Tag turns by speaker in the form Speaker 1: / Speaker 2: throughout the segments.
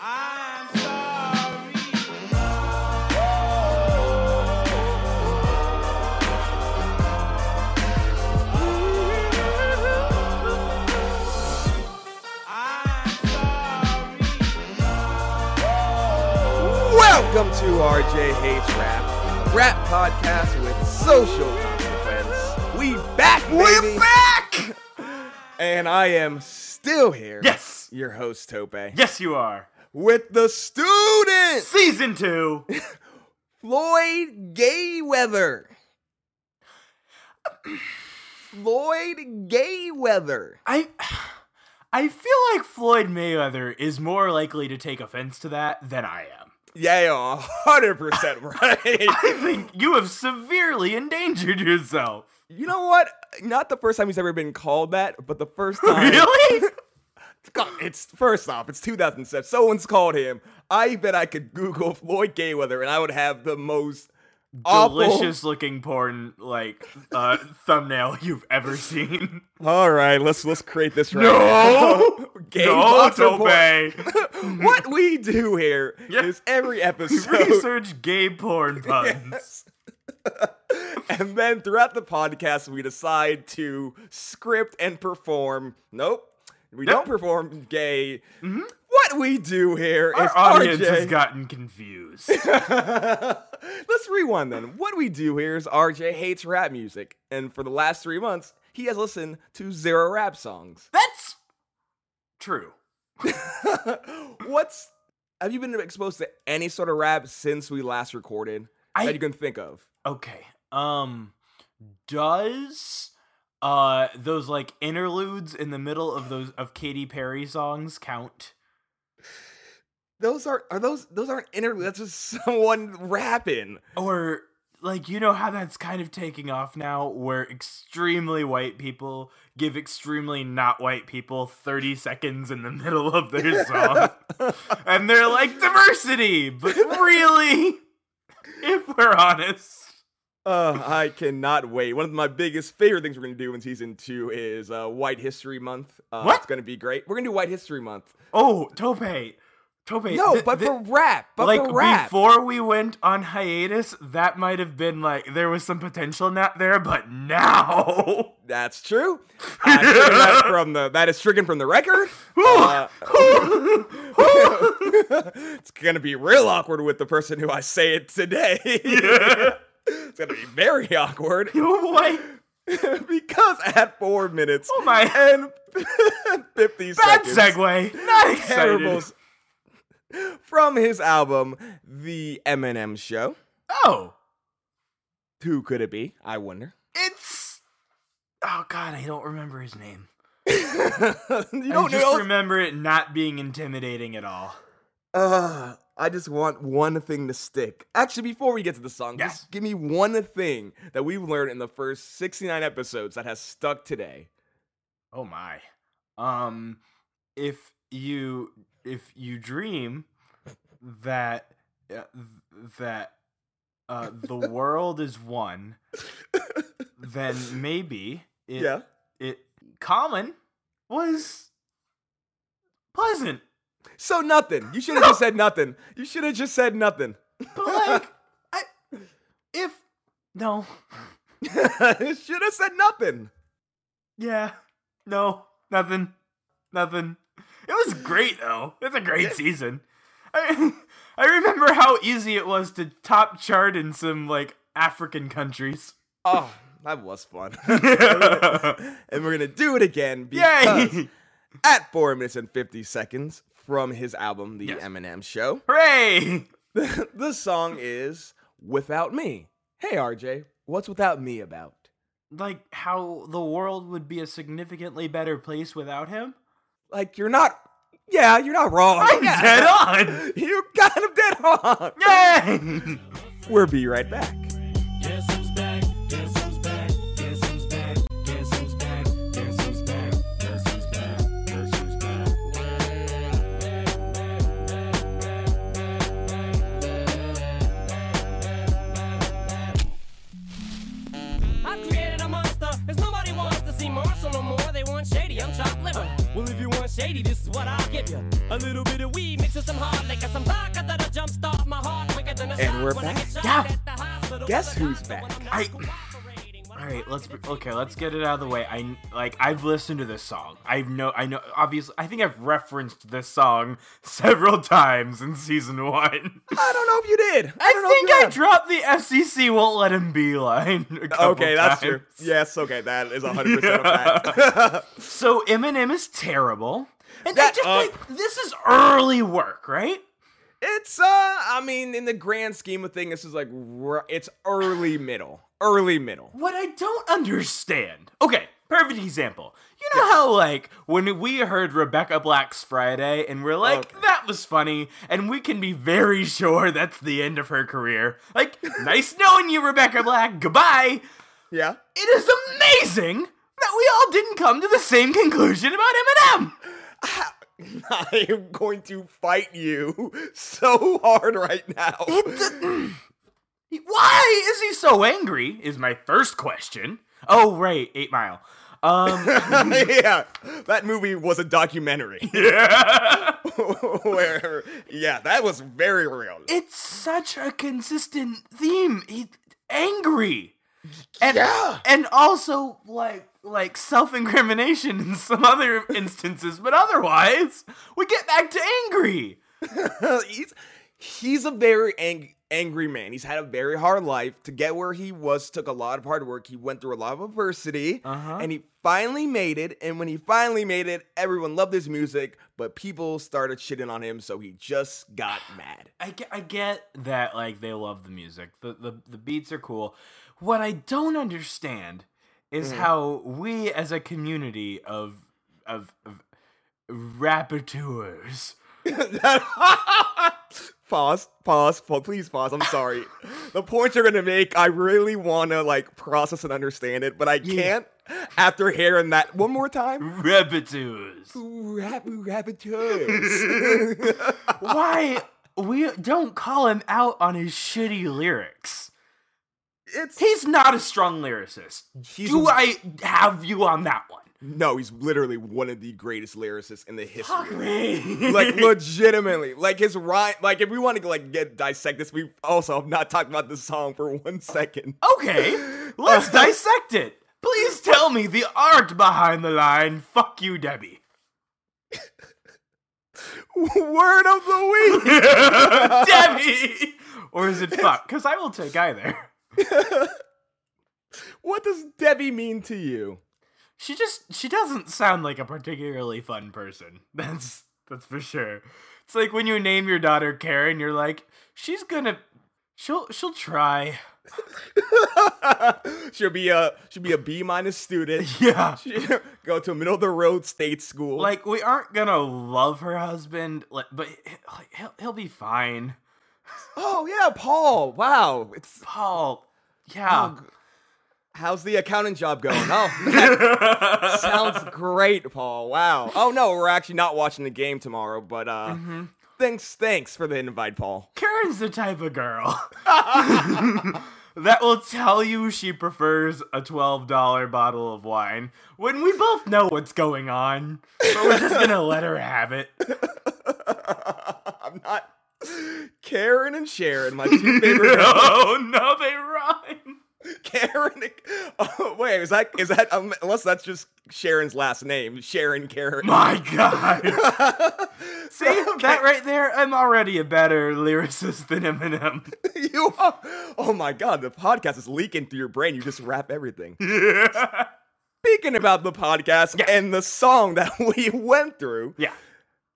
Speaker 1: I'm sorry. I'm sorry.
Speaker 2: Welcome to RJH Rap, rap podcast with social consequence. We back, baby.
Speaker 3: We're back!
Speaker 2: and I am still here.
Speaker 3: Yes!
Speaker 2: your host Tope
Speaker 3: Yes, you are.
Speaker 2: with the student
Speaker 3: Season two.
Speaker 2: Floyd Gayweather. Floyd Gayweather.
Speaker 3: I I feel like Floyd Mayweather is more likely to take offense to that than I am.
Speaker 2: Yeah, hundred percent right.
Speaker 3: I think you have severely endangered yourself.
Speaker 2: you know what? Not the first time he's ever been called that, but the first time.
Speaker 3: Really?
Speaker 2: God, it's first off, it's 2007. Someone's called him. I bet I could Google Floyd Gayweather and I would have the most awful-
Speaker 3: Delicious looking porn like uh, thumbnail you've ever seen.
Speaker 2: All right, let's let's create this right.
Speaker 3: No!
Speaker 2: now. Game
Speaker 3: no,
Speaker 2: Box Report.
Speaker 3: Tope.
Speaker 2: What we do here is
Speaker 3: Mm-hmm. Yeah.
Speaker 2: every episode,
Speaker 3: Research gay porn puns.
Speaker 2: and then throughout the podcast, we decide to script and perform. Nope, we
Speaker 3: Nope.
Speaker 2: don't perform gay. What we do here is
Speaker 3: Mm-hmm. Our audience
Speaker 2: RJ.
Speaker 3: has gotten confused.
Speaker 2: Let's rewind then. What we do here is RJ hates rap music, and for the last three months, he has listened to zero rap songs.
Speaker 3: That's true.
Speaker 2: What's have you been exposed to any sort of rap since we last recorded
Speaker 3: I-
Speaker 2: that you can think of?
Speaker 3: Okay. Um does uh those like interludes in the middle of those of Katy Perry songs count?
Speaker 2: Those are are those those aren't interviews. That's just someone rapping.
Speaker 3: Or like you know how that's kind of taking off now where extremely white people give extremely not white people 30 seconds in the middle of their song and they're like diversity but really if we're honest
Speaker 2: Uh, I cannot wait. One of my biggest favorite things we're gonna do in season two is uh, White History Month. Uh,
Speaker 3: What?
Speaker 2: It's gonna be great. We're gonna do White History Month.
Speaker 3: oh tope tope
Speaker 2: No,
Speaker 3: th-
Speaker 2: but
Speaker 3: th-
Speaker 2: for rap, but
Speaker 3: like
Speaker 2: for rap.
Speaker 3: before we went on hiatus, that might have been like there was some potential not there, but now
Speaker 2: That's true. I figured that from the that is stricken from the record. Uh, it's gonna be real awkward with the person who I say it today. it's gonna be very awkward
Speaker 3: like
Speaker 2: because at four minutes
Speaker 3: Oh my-
Speaker 2: and fifty
Speaker 3: bad
Speaker 2: seconds,
Speaker 3: segue, not
Speaker 2: terrible
Speaker 3: excited.
Speaker 2: s- from his album The Eminem Show.
Speaker 3: Oh,
Speaker 2: Who could it be? I wonder.
Speaker 3: it's oh god, I don't remember his name.
Speaker 2: you
Speaker 3: I
Speaker 2: don't
Speaker 3: just
Speaker 2: know.
Speaker 3: remember it not being intimidating at all.
Speaker 2: Uh, I just want one thing to stick. Actually, before we get to the song,
Speaker 3: Yeah.
Speaker 2: just give me one thing that we've learned in the first 69 episodes that has stuck today.
Speaker 3: Oh my. Um if you if you dream that uh, that uh the world is one then maybe it
Speaker 2: Yeah.
Speaker 3: it common was pleasant.
Speaker 2: So nothing. You should have just said nothing. You should have just said nothing.
Speaker 3: But like I if no.
Speaker 2: should have said nothing.
Speaker 3: Yeah. No. Nothing. Nothing. It was great though. It's a great season. I I remember how easy it was to top chart in some like African countries.
Speaker 2: Oh, that was fun.
Speaker 3: Yay!
Speaker 2: and we're gonna do it again because at four minutes and 50 seconds from his album, The
Speaker 3: Yes.
Speaker 2: Eminem Show,
Speaker 3: Hooray!
Speaker 2: the song is "Without Me." Hey, RJ, what's "Without Me" about?
Speaker 3: Like how the world would be a significantly better place without him.
Speaker 2: Like you're not. Yeah, you're not wrong.
Speaker 3: I'm
Speaker 2: Yeah.
Speaker 3: dead on.
Speaker 2: You kind of dead on.
Speaker 3: Yay!
Speaker 2: We'll be right back.
Speaker 4: Guess who's back? Guess who's back? shady, this is what I'll give you. A little bit of weed mixed with some hard liquor, some vodka that'll jumpstart my heart quicker than a
Speaker 2: And
Speaker 4: shot
Speaker 2: we're
Speaker 4: when I
Speaker 2: back.
Speaker 4: get shot
Speaker 3: Yeah.
Speaker 4: at the hospital
Speaker 2: Guess
Speaker 4: with a
Speaker 2: who's
Speaker 4: doctor when
Speaker 2: back?
Speaker 4: I'm not
Speaker 3: I-
Speaker 4: cooperating. When
Speaker 3: All
Speaker 4: I'm
Speaker 3: right, let's
Speaker 4: using
Speaker 3: okay. Let's get it out of the way. I like I've listened to this song. I know I know obviously I think I've referenced this song several times in season 1.
Speaker 2: I don't know if you did. I,
Speaker 3: I,
Speaker 2: don't know if
Speaker 3: think
Speaker 2: you
Speaker 3: I
Speaker 2: have.
Speaker 3: dropped the FCC won't let him be line. a couple
Speaker 2: Okay, that's
Speaker 3: times.
Speaker 2: true. Yes, okay, that is 100% a fact.
Speaker 3: So Eminem is terrible. And
Speaker 2: That-
Speaker 3: I just
Speaker 2: uh,
Speaker 3: like this is early work, right?
Speaker 2: It's uh, I mean, in the grand scheme of things, this is like r- it's early middle, early middle.
Speaker 3: What I don't understand. Okay, perfect example. You know how like when we heard Rebecca Black's Friday and we're like
Speaker 2: Okay.
Speaker 3: that was funny and we can be very sure that's the end of her career. Like nice knowing you Rebecca Black. Goodbye.
Speaker 2: Yeah.
Speaker 3: It is amazing that we all didn't come to the same conclusion about Eminem.
Speaker 2: I am going to fight you so hard right now.
Speaker 3: Why is he so angry? Is my first question. Oh right, 8 Mile. Um
Speaker 2: yeah, that movie was a documentary.
Speaker 3: yeah.
Speaker 2: Where, yeah, that was very real.
Speaker 3: it's such a consistent theme. He angry. And,
Speaker 2: Yeah.
Speaker 3: and also like like self-incrimination in some other instances, but otherwise, we get back to angry.
Speaker 2: he's he's a very ang- angry man. He's had a very hard life to get where he was. Took a lot of hard work. He went through a lot of adversity,
Speaker 3: Uh-huh.
Speaker 2: and he finally made it. And when he finally made it, everyone loved his music, but people started shitting on him, so he just got mad.
Speaker 3: I get, I get that like they love the music. The, the the beats are cool. What I don't understand is how we as a community of of, of rapporteurs
Speaker 2: pause, pause, pause, please pause. I'm sorry. the point you're gonna make, I really wanna like process and understand it, but I can't after hearing that one more time.
Speaker 3: rapporteurs
Speaker 2: Rap, rapateurs.
Speaker 3: why we don't call him out on his shitty lyrics.
Speaker 2: it's
Speaker 3: He's not a strong lyricist.
Speaker 2: He's-
Speaker 3: Do I have you on that one?
Speaker 2: no, he's literally one of the greatest lyricists in the history.
Speaker 3: Fuck me.
Speaker 2: like legitimately like his rhyme like if we want to like get dissect this we also have not talked about this song for one second
Speaker 3: Okay, let's dissect it. Please tell me the art behind the line. Fuck you, Debbie.
Speaker 2: word of the week
Speaker 3: Debbie! Or is it fuck? Because I will take either.
Speaker 2: what does debbie mean to you
Speaker 3: She just she doesn't sound like a particularly fun person. That's that's for sure. It's like when you name your daughter Karen, you're like, she's gonna she'll she'll try.
Speaker 2: she'll be a she'll be a b minus student
Speaker 3: Yeah.
Speaker 2: She'll go to a middle of the road state school
Speaker 3: Like we aren't gonna love her husband, like, but like, he'll he'll be fine.
Speaker 2: oh yeah paul wow it's
Speaker 3: Paul, yeah.
Speaker 2: how's the accounting job going oh that sounds great paul wow oh no we're actually not watching the game tomorrow but uh thanks thanks for the invite paul
Speaker 3: Karen's the type of girl that will tell you she prefers a $12 bottle of wine when we both know what's going on, but we're just gonna let her have it.
Speaker 2: I'm not. Karen and Sharon, my two favorite. girls.
Speaker 3: Oh no, they rhyme.
Speaker 2: Karen. and- Oh, wait, is that is that um, unless that's just Sharon's last name, Sharon Karen?
Speaker 3: My god. See, that right there, I'm already a better lyricist than Eminem.
Speaker 2: you are. Oh my God, the podcast is leaking through your brain. You just wrap everything. Speaking about the podcast and the song that we went through,
Speaker 3: Yeah.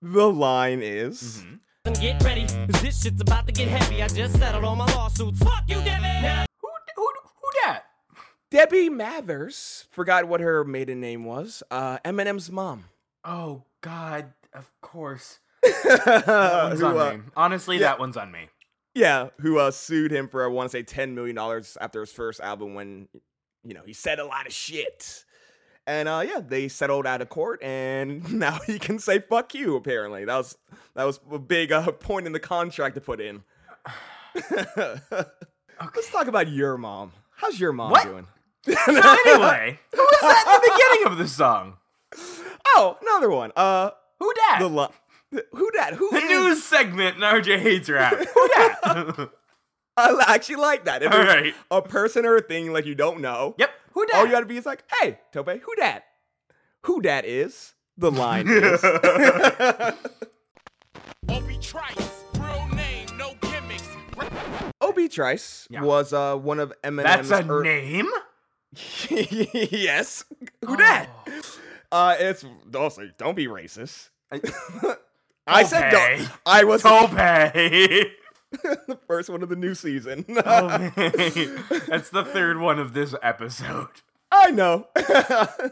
Speaker 2: the line is.
Speaker 4: And get ready, 'cause this shit's about to get heavy. I just settled all my lawsuits. Fuck you, Devin! Now
Speaker 3: Who, who, who dat?
Speaker 2: Debbie Mathers forgot what her maiden name was. Uh, Eminem's mom.
Speaker 3: Oh god, of course. That one's
Speaker 2: Who,
Speaker 3: on
Speaker 2: uh,
Speaker 3: me. Honestly, that one's on me.
Speaker 2: Yeah, who uh, sued him for I want to say ten million dollars after his first album when you know he said a lot of shit, and uh, yeah, they settled out of court, and now he can say fuck you. Apparently, that was that was a big uh, point in the contract to put in. Let's talk about your mom. How's your mom
Speaker 3: What?
Speaker 2: doing?
Speaker 3: So anyway, who was that at the beginning of the song?
Speaker 2: Oh, another one. Uh,
Speaker 3: Who dat?
Speaker 2: The
Speaker 3: The,
Speaker 2: li- who that? Who is-
Speaker 3: news segment in RJ hates rap. Who dat?
Speaker 2: I li- actually like that. If
Speaker 3: All
Speaker 2: there's
Speaker 3: right.
Speaker 2: a person or a thing like you don't know,
Speaker 3: yep. Who dat?
Speaker 2: all you gotta be is like, hey, Tope, who dat? Who dat is? The line is.
Speaker 1: Obi Trice, real name, no gimmicks.
Speaker 2: Ob Trice
Speaker 3: Yeah.
Speaker 2: was uh, one of Eminem's.
Speaker 3: That's a
Speaker 2: ear-
Speaker 3: name.
Speaker 2: yes.
Speaker 3: Oh.
Speaker 2: Who dat? Uh, it's also don't be racist. I said don't.
Speaker 3: Tope.
Speaker 2: I was
Speaker 3: Tope.
Speaker 2: the first one of the new season.
Speaker 3: Oh, man. That's the third one of this episode.
Speaker 2: I know.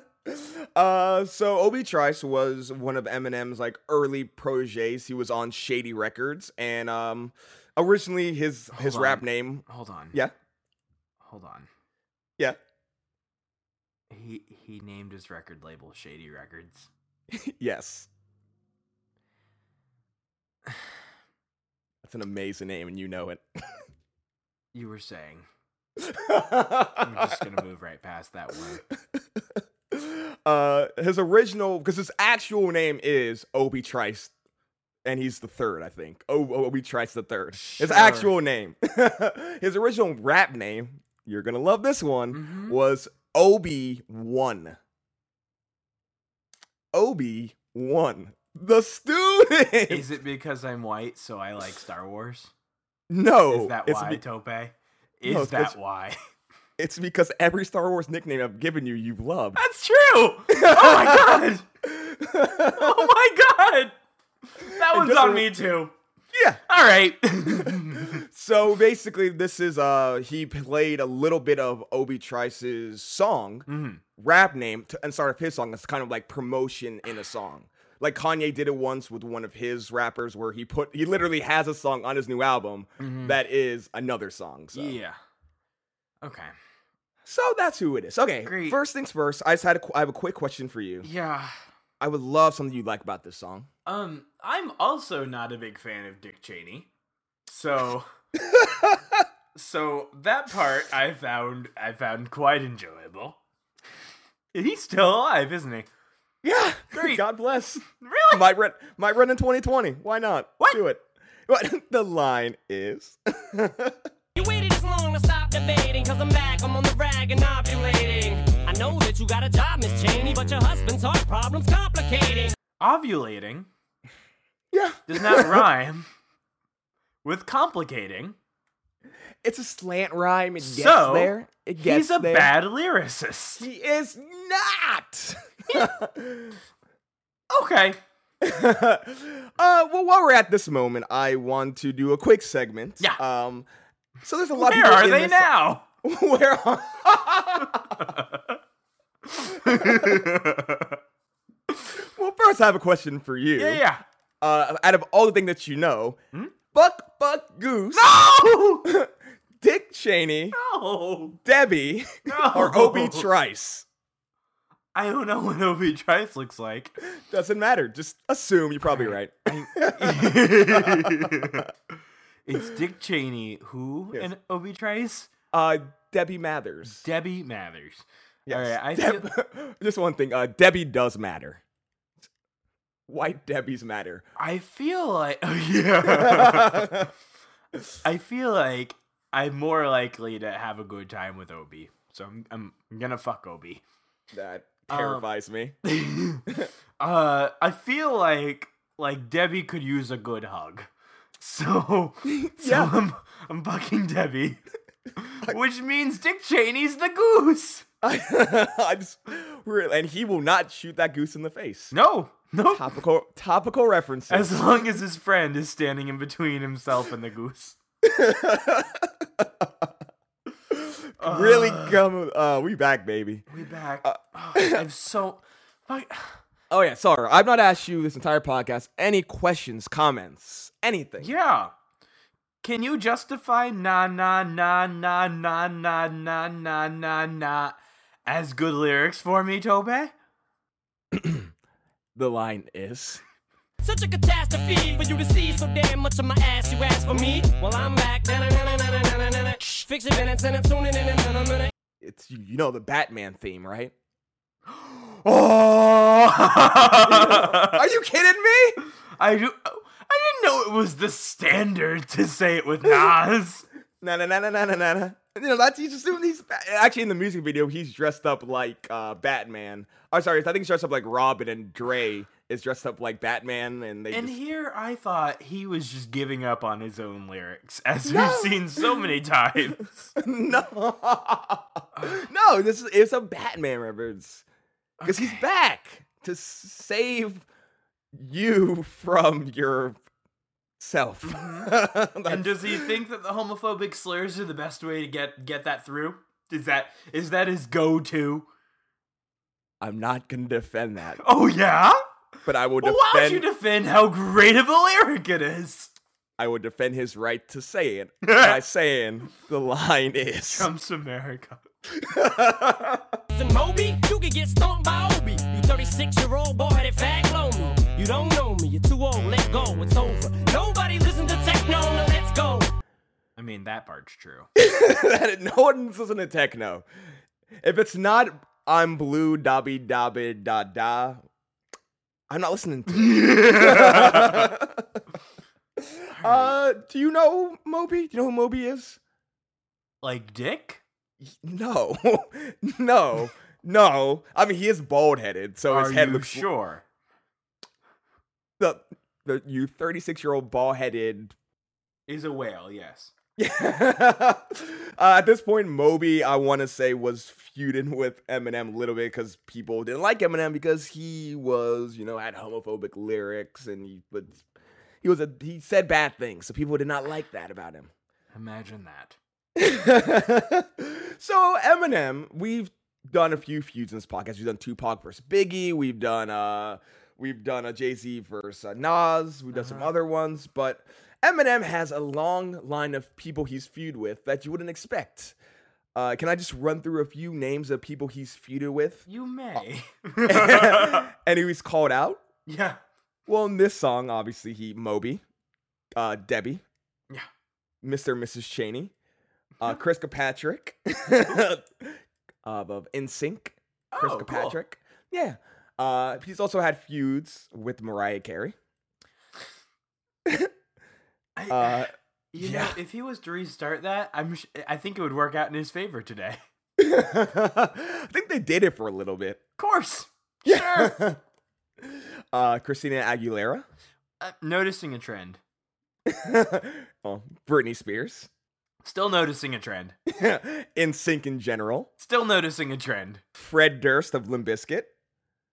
Speaker 2: uh, so Obi Trice was one of Eminem's like early proteges. He was on Shady Records, and um, originally his his
Speaker 3: Hold
Speaker 2: rap
Speaker 3: on.
Speaker 2: name,
Speaker 3: Hold on.
Speaker 2: yeah,
Speaker 3: Hold on.
Speaker 2: yeah,
Speaker 3: He he named his record label Shady Records.
Speaker 2: yes. That's an amazing name, and you know it.
Speaker 3: You were saying. I'm just gonna move right past that one.
Speaker 2: uh, his original, because his actual name is Obi Trice, and he's the third, I think. O- O- Obi Trice the third. His
Speaker 3: Sure.
Speaker 2: actual name, his original rap name, you're gonna love this one,
Speaker 3: Mhm.
Speaker 2: was Obi One. Obi One, the student.
Speaker 3: Is it because I'm white, so I like Star Wars?
Speaker 2: no,
Speaker 3: Is that
Speaker 2: Oh, it's
Speaker 3: why,
Speaker 2: be-
Speaker 3: Tope? Is
Speaker 2: it's 'cause-
Speaker 3: that why?
Speaker 2: it's because every Star Wars nickname I've given you, you've loved.
Speaker 3: That's true! Oh my god! Oh my god! That one's
Speaker 2: doesn't-
Speaker 3: on me too.
Speaker 2: yeah.
Speaker 3: Alright.
Speaker 2: So basically, this is uh he played a little bit of Obi Trice's song
Speaker 3: Mm-hmm.
Speaker 2: rap name to, and started his song. It's kind of like promotion in a song. Like Kanye did it once with one of his rappers, where he put he literally has a song on his new album that is another song. So.
Speaker 3: Mm-hmm. yeah. Okay.
Speaker 2: so that's who it is. Okay,
Speaker 3: Great.
Speaker 2: first things first. I just had a qu- I have a quick question for you.
Speaker 3: Yeah.
Speaker 2: I would love something you like about this song.
Speaker 3: Um, I'm also not a big fan of Dick Cheney. So So that part I found I found quite enjoyable. He's still alive, isn't he?
Speaker 2: Yeah,
Speaker 3: Great.
Speaker 2: God bless.
Speaker 3: Really?
Speaker 2: might run might run in 2020. Why not?
Speaker 3: What?
Speaker 2: Do it. What the line is.
Speaker 4: You waited this long to stop debating, cause I'm back, I'm on the rag and ovulating. I know that you got a job, Miss Cheney, but your husband's heart problem's complicating.
Speaker 3: Ovulating
Speaker 2: yeah.
Speaker 3: does not rhyme with complicating.
Speaker 2: It's a slant rhyme. It gets
Speaker 3: So,
Speaker 2: there. It gets
Speaker 3: He's a
Speaker 2: there.
Speaker 3: bad lyricist.
Speaker 2: He is not.
Speaker 3: Okay.
Speaker 2: uh, well, while we're at this moment, I want to do a quick segment.
Speaker 3: Yeah.
Speaker 2: Um. So there's a lot.
Speaker 3: Where
Speaker 2: of people
Speaker 3: are
Speaker 2: in
Speaker 3: they
Speaker 2: this-
Speaker 3: now?
Speaker 2: Where are? well, first I have a question for you.
Speaker 3: Yeah, yeah.
Speaker 2: Uh, out of all the things that you know, Buck Buck Goose,
Speaker 3: No!
Speaker 2: Dick Cheney,
Speaker 3: No!
Speaker 2: Debbie,
Speaker 3: Oh, No!
Speaker 2: or Obi Trice.
Speaker 3: I don't know what Obi Trice looks like.
Speaker 2: Doesn't matter. Just assume you're probably right.
Speaker 3: It's Dick Cheney, who
Speaker 2: Yes.
Speaker 3: and Obi Trice?
Speaker 2: Uh, Debbie Mathers.
Speaker 3: Debbie Mathers.
Speaker 2: Yes.
Speaker 3: All right, I
Speaker 2: Deb- just one thing. Uh, Debbie does matter. White Debbies matter.
Speaker 3: I feel like oh, yeah. I feel like I'm more likely to have a good time with Obi. So I'm I'm, I'm gonna fuck Obi.
Speaker 2: That terrifies me.
Speaker 3: Um, Uh, I feel like like Debbie could use a good hug. So, yeah.
Speaker 2: Yeah.
Speaker 3: so I'm I'm bucking Debbie, which means Dick Cheney's the goose.
Speaker 2: I, just really, and he will not shoot that goose in the face.
Speaker 3: No, no.
Speaker 2: Topical topical references.
Speaker 3: As long as his friend is standing in between himself and the goose.
Speaker 2: really come. Uh, we back, baby.
Speaker 3: We back. Oh, I'm so. Fuck.
Speaker 2: Oh yeah, sorry. I've not asked you this entire podcast any questions, comments, anything.
Speaker 3: Yeah. Can you justify na na na na na na na na na na as good lyrics for me, Tobe?
Speaker 2: The line is.
Speaker 4: Such a catastrophe for you to see so damn much of my ass. You asked for me, well I'm back. Na-na-na-na-na-na-na-na. Shh, Fix your minutes and I'm tuning in. and I'm in it.
Speaker 2: It's you know the Batman theme, right?
Speaker 3: Oh!
Speaker 2: Are you kidding me?
Speaker 3: I do. I didn't know it was the standard to say it with Nas.
Speaker 2: Na na na na na na na. na. You know that's he's just doing these. Actually, in the music video, he's dressed up like uh, Batman. Oh, sorry, I think he's dressed up like Robin, and Dre is dressed up like Batman, and they.
Speaker 3: and
Speaker 2: just,
Speaker 3: here I thought he was just giving up on his own lyrics, as
Speaker 2: No.
Speaker 3: we've seen so many times.
Speaker 2: no, no, this is it's a Batman reference because he's back to s- save you from yourself.
Speaker 3: Mm-hmm. and
Speaker 2: That's-
Speaker 3: does he think that the homophobic slurs are the best way to get get that through? Is that is that his go to?
Speaker 2: I'm not gonna defend that,
Speaker 3: Oh yeah.
Speaker 2: but I will
Speaker 3: Well,
Speaker 2: defend.
Speaker 3: why would you defend how great of a lyric it is?
Speaker 2: I will defend his right to say it by saying the line is.
Speaker 3: Trump's America.
Speaker 4: And Moby, you could get stomped by Obi. You 36 year old boy headed fag lonely. You don't know me, you're too old, let go, it's over. Nobody listen to techno, now let's go.
Speaker 3: I mean, that part's true.
Speaker 2: that no one's listening to techno. If it's not I'm blue dobby dobby da da, I'm not listening to it. uh, do you know Moby? Do you know who Moby is?
Speaker 3: Like Dick?
Speaker 2: No, no, no. I mean, he is bald headed, so
Speaker 3: Are
Speaker 2: his head
Speaker 3: you
Speaker 2: looks
Speaker 3: sure?
Speaker 2: The, the you 36 year old bald headed
Speaker 3: Is a whale, yes.
Speaker 2: uh, at this point, Moby, I want to say, was feuding with Eminem a little bit because people didn't like Eminem because he was, you know, had homophobic lyrics and he was, he was a he said bad things, so people did not like that about him.
Speaker 3: Imagine that.
Speaker 2: so Eminem, we've done a few feuds in this podcast. We've done Tupac versus Biggie. We've done uh, we've done a Jay Z versus uh, Nas. We've done some other ones, but Eminem has a long line of people he's feud with that you wouldn't expect. Uh, can I just run through a few names of people he's feuded with
Speaker 3: You may.
Speaker 2: Oh. and who he's called out?
Speaker 3: yeah.
Speaker 2: Well, in this song, obviously he Moby, uh, Debbie,
Speaker 3: Yeah.
Speaker 2: Mr. and Mrs. Cheney, uh, Chris Kirkpatrick of, of NSYNC, Chris
Speaker 3: Oh, cool.
Speaker 2: Kirkpatrick. Yeah. Uh, he's also had feuds with Mariah Carey.
Speaker 3: I,
Speaker 2: Uh,
Speaker 3: you know,
Speaker 2: yeah.
Speaker 3: if he was to restart that, I'm sh- I think it would work out in his favor today. Of
Speaker 2: I think they did it for a little bit.
Speaker 3: course.
Speaker 2: Yeah. uh, Christina Aguilera.
Speaker 3: Uh, noticing a trend.
Speaker 2: well, Oh, Britney Spears.
Speaker 3: Still noticing a trend.
Speaker 2: NSYNC in general.
Speaker 3: Still noticing a trend.
Speaker 2: Fred Durst of Limp Bizkit.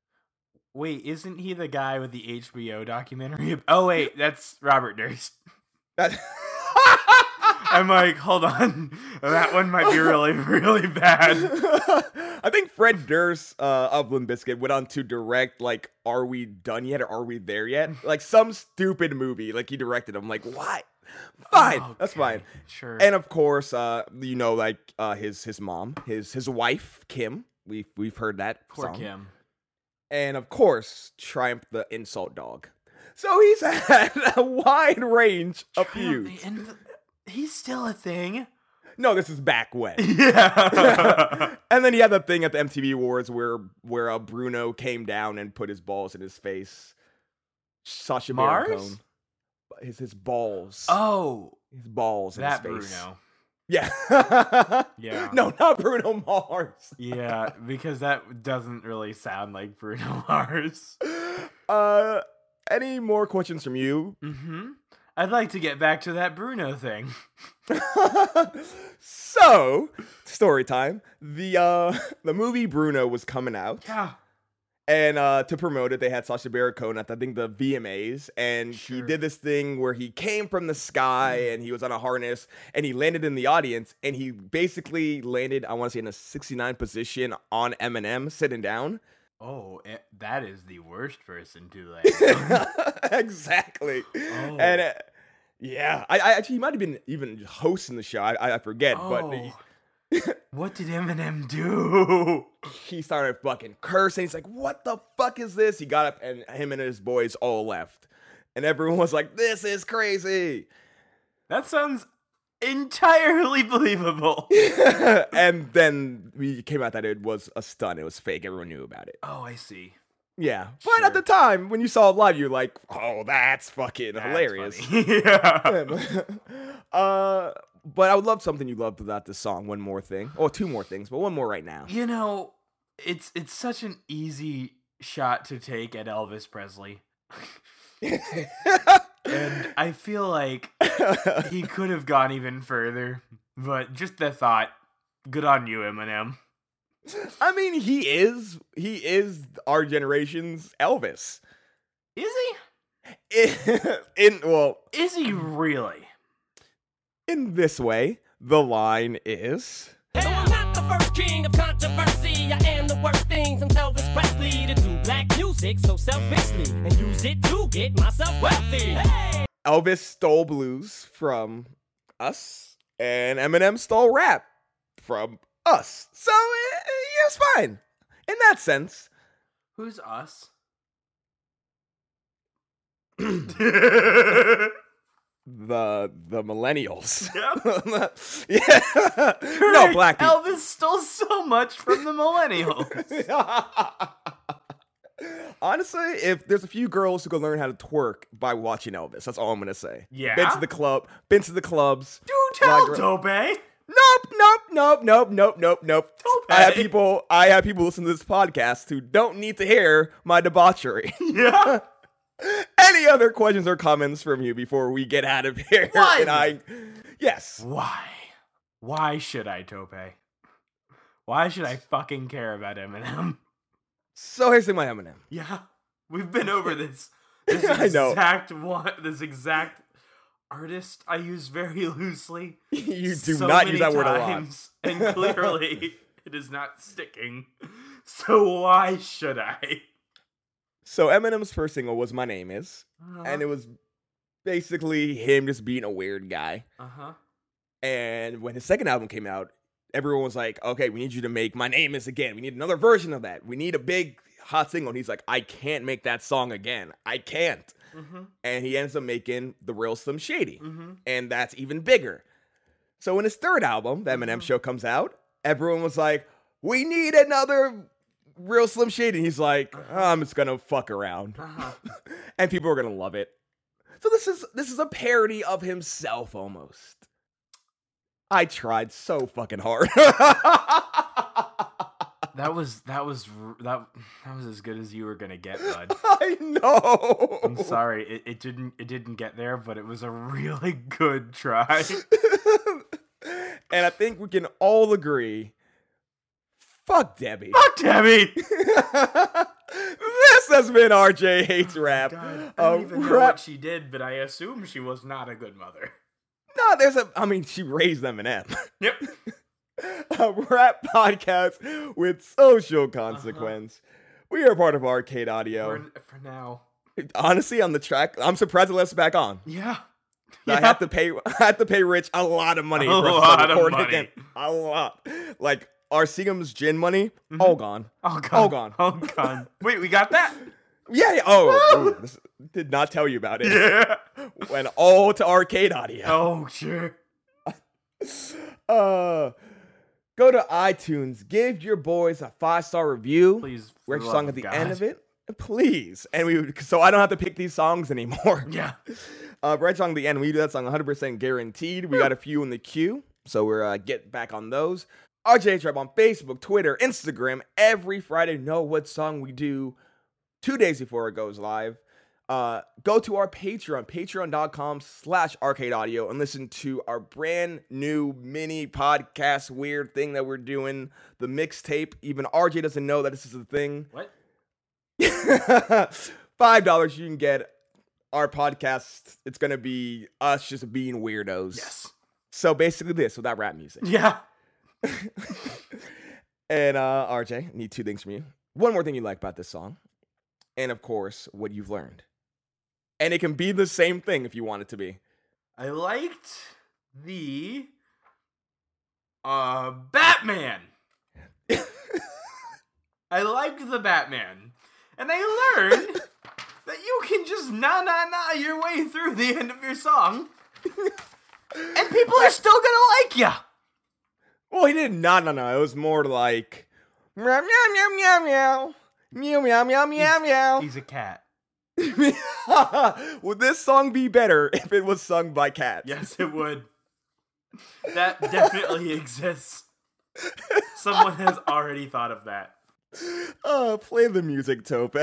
Speaker 3: Wait, isn't he the guy with the HBO documentary? Oh wait, that's Robert Durst.
Speaker 2: That-
Speaker 3: I'm like, hold on, that one might be really, really bad.
Speaker 2: I think Fred Durst uh, of Limp Bizkit went on to direct like "Are We Done Yet?" or "Are We There Yet?" Like some stupid movie. Like he directed. I'm like, why? Fine, that's
Speaker 3: Okay,
Speaker 2: fine.
Speaker 3: Sure.
Speaker 2: And of course, uh, you know, like uh, his his mom, his his wife Kim. We've we've heard that
Speaker 3: poor
Speaker 2: song.
Speaker 3: Kim.
Speaker 2: and of course, Triumph the Insult Dog. So he's had a wide range of
Speaker 3: Apparently,
Speaker 2: views.
Speaker 3: and th- he's still a thing.
Speaker 2: No, this is back when.
Speaker 3: Yeah.
Speaker 2: and then he had that thing at the MTV Awards where where uh, Bruno came down and put his balls in his face. Sasha Baron
Speaker 3: Mars?
Speaker 2: Cohen. His his balls.
Speaker 3: oh,
Speaker 2: his balls in his
Speaker 3: that
Speaker 2: face.
Speaker 3: Bruno.
Speaker 2: Yeah.
Speaker 3: Yeah.
Speaker 2: No, not Bruno Mars.
Speaker 3: Yeah, because that doesn't really sound like Bruno Mars.
Speaker 2: Uh any more questions from you?
Speaker 3: hmm I'd like to get back to that Bruno thing.
Speaker 2: so, story time. The uh the movie Bruno was coming out.
Speaker 3: Yeah.
Speaker 2: And uh, to promote it, they had Sasha Baron Cohen at I think the VMAs, and he
Speaker 3: Sure. Mm.
Speaker 2: did this thing where he came from the sky and he was on a harness and he landed in the audience and he basically landed I want to say in a 69 position on Eminem sitting down.
Speaker 3: Oh, eh, that is the worst person to land.
Speaker 2: exactly.
Speaker 3: Oh.
Speaker 2: And uh, yeah, I, I actually he might have been even hosting the show. I, I- I forget, but he,
Speaker 3: oh. what did Eminem do?
Speaker 2: he started fucking cursing. He's like, "What the fuck is this?" He got up, and him and his boys all left, and everyone was like, "This is crazy."
Speaker 3: That sounds entirely believable.
Speaker 2: and then we came out that it was a stunt. It was fake. Everyone knew about it.
Speaker 3: Oh, I see.
Speaker 2: Yeah, but at the time when you saw it live, you're like, "Oh, that's fucking
Speaker 3: That's
Speaker 2: hilarious."
Speaker 3: funny. yeah.
Speaker 2: uh, but I would love something you loved about this song. One more thing, or two more things, but one more right now.
Speaker 3: You know, it's it's such an easy shot to take at Elvis Presley. and I feel like he could have gone even further, but just the thought, good on you, Eminem.
Speaker 2: I mean, he is he is our generation's Elvis.
Speaker 3: Is he?
Speaker 2: in well,
Speaker 3: Is he really?
Speaker 2: in this way, the line is.
Speaker 4: No, I'm not the first king of controversy. I am the worst thing since Elvis Presley to do black music so selfishly and use it to get myself wealthy. Hey!
Speaker 2: Elvis stole blues from us, and Eminem stole rap from us. So eh, eh, yeah, it's fine in that sense.
Speaker 3: Who's us?
Speaker 2: The the millennials, yeah,
Speaker 3: Correct.
Speaker 2: no black people.
Speaker 3: Elvis stole so much from the millennials.
Speaker 2: Honestly, if there's a few girls who can learn how to twerk by watching Elvis, that's all I'm gonna say.
Speaker 3: Yeah?
Speaker 2: been to the club, been to the clubs.
Speaker 3: Do tell,
Speaker 2: Like-
Speaker 3: Tobe.
Speaker 2: Nope, nope, nope, nope, nope, nope, nope.
Speaker 3: Don't
Speaker 2: I have
Speaker 3: pay.
Speaker 2: people. I have people listen to this podcast who don't need to hear my debauchery.
Speaker 3: Yeah.
Speaker 2: Any other questions or comments from you before we get out of here?
Speaker 3: One.
Speaker 2: And I, yes,
Speaker 3: Why? Why should I, Tope? Why should I fucking care about Eminem?
Speaker 2: so here's to my Eminem.
Speaker 3: Yeah, we've been over this. This
Speaker 2: I know.
Speaker 3: exact one. This exact artist I use very loosely.
Speaker 2: You do
Speaker 3: so
Speaker 2: not use that
Speaker 3: many
Speaker 2: word a lot.
Speaker 3: times, and clearly it is not sticking. So why should I?
Speaker 2: So Eminem's first single was "My Name Is,"
Speaker 3: Uh-huh.
Speaker 2: and it was basically him just being a weird guy.
Speaker 3: Uh huh.
Speaker 2: And when his second album came out, everyone was like, okay, we need you to make My Name Is Again. We need another version of that. We need a big hot single. And he's like, I can't make that song again. I can't. And he ends up making The Real Slim Shady. And that's even bigger. So when his third album, The Eminem Show, comes out, everyone was like, we need another Real Slim Shady. And he's like, I'm just going to fuck around. and people are going to love it. So this is this is a parody of himself almost. I tried so fucking hard.
Speaker 3: That was that was r- that that was as good as you were gonna get, bud.
Speaker 2: I know.
Speaker 3: I'm sorry, it, it didn't it didn't get there, but it was a really good try.
Speaker 2: and I think we can all agree. Fuck Debbie.
Speaker 3: Fuck Debbie.
Speaker 2: this has been RJ Hates Rap.
Speaker 3: Oh God, I
Speaker 2: Uh,
Speaker 3: don't even know
Speaker 2: rap-
Speaker 3: what she did, but I assume she was not a good mother.
Speaker 2: no, there's a. I mean, she raised Eminem.
Speaker 3: Yep.
Speaker 2: a rap podcast with social
Speaker 3: Uh-huh.
Speaker 2: consequence. We are part of Arcade Audio.
Speaker 3: For, for now.
Speaker 2: Honestly, on the track, I'm surprised it left us back on.
Speaker 3: Yeah.
Speaker 2: I have to pay. I have to pay Rich a lot of money.
Speaker 3: A
Speaker 2: for us to
Speaker 3: lot of
Speaker 2: record
Speaker 3: money.
Speaker 2: again. A lot. Like our Seagum's gin money, all gone.
Speaker 3: Oh god.
Speaker 2: All gone.
Speaker 3: Oh god. Wait, we got that?
Speaker 2: Yeah. yeah. Oh, ooh, this- did not tell you about it.
Speaker 3: Yeah.
Speaker 2: Went all to arcade audio.
Speaker 3: Oh sure. Oh.
Speaker 2: Uh, go to iTunes. Give your boys a five star review.
Speaker 3: Please, for
Speaker 2: We're
Speaker 3: the
Speaker 2: song
Speaker 3: love
Speaker 2: at the
Speaker 3: of
Speaker 2: end
Speaker 3: God.
Speaker 2: of it. Please, and we would- so I don't have to pick these songs anymore.
Speaker 3: Yeah.
Speaker 2: Uh, right song at the end. We do that song 100% guaranteed. We got a few in the queue, so we're uh, get back on those. RJ Trap on Facebook, Twitter, Instagram. Every Friday, know what song we do two days before it goes live. Uh, go to our Patreon, patreon.com slash arcade audio, and listen to our brand new mini podcast weird thing that we're doing, the mixtape. Even RJ doesn't know that this is a thing.
Speaker 3: What?
Speaker 2: Five dollars, you can get our podcast. It's gonna be us just being weirdos.
Speaker 3: Yes.
Speaker 2: So basically, this without rap music.
Speaker 3: Yeah.
Speaker 2: And uh, RJ, I need two things from you. One more thing you like about this song, and of course, what you've learned. And it can be the same thing if you want it to be.
Speaker 3: I liked the uh Batman. I liked the Batman. And I learned that you can just na na na your way through the end of your song and people are still gonna like ya.
Speaker 2: Well, he didn't. No, no, no. It was more like meow, meow, meow, meow, meow, meow, meow, meow, meow, meow.
Speaker 3: He's a cat.
Speaker 2: Would this song be better if it was sung by cats?
Speaker 3: Yes, it would. That definitely exists. Someone has already thought of that.
Speaker 2: Uh, play the music, Tope.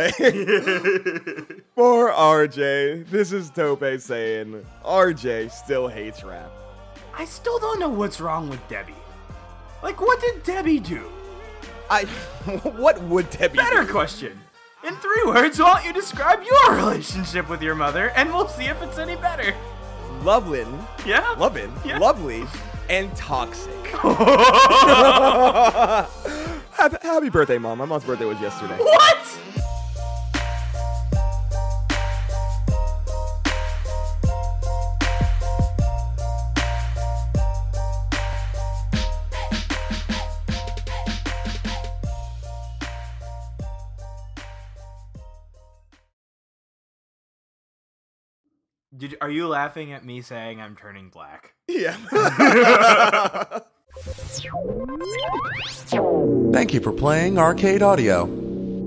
Speaker 2: For RJ, this is Tope saying RJ still hates rap.
Speaker 3: I still don't know what's wrong with Debbie. Like, what did Debbie do?
Speaker 2: I. what would Debbie?
Speaker 3: Better
Speaker 2: do?
Speaker 3: question. In three words, why don't you describe your relationship with your mother, and we'll see if it's any better.
Speaker 2: Lovelin,
Speaker 3: Yeah.
Speaker 2: lovin,
Speaker 3: Yeah.
Speaker 2: lovely, and toxic. happy, happy birthday, mom. My mom's birthday was yesterday.
Speaker 3: What? Did, are you laughing at me saying I'm turning black?
Speaker 2: Yeah.
Speaker 5: Thank you for playing Arcade Audio.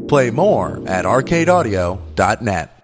Speaker 5: Play more at arcadeaudio.net.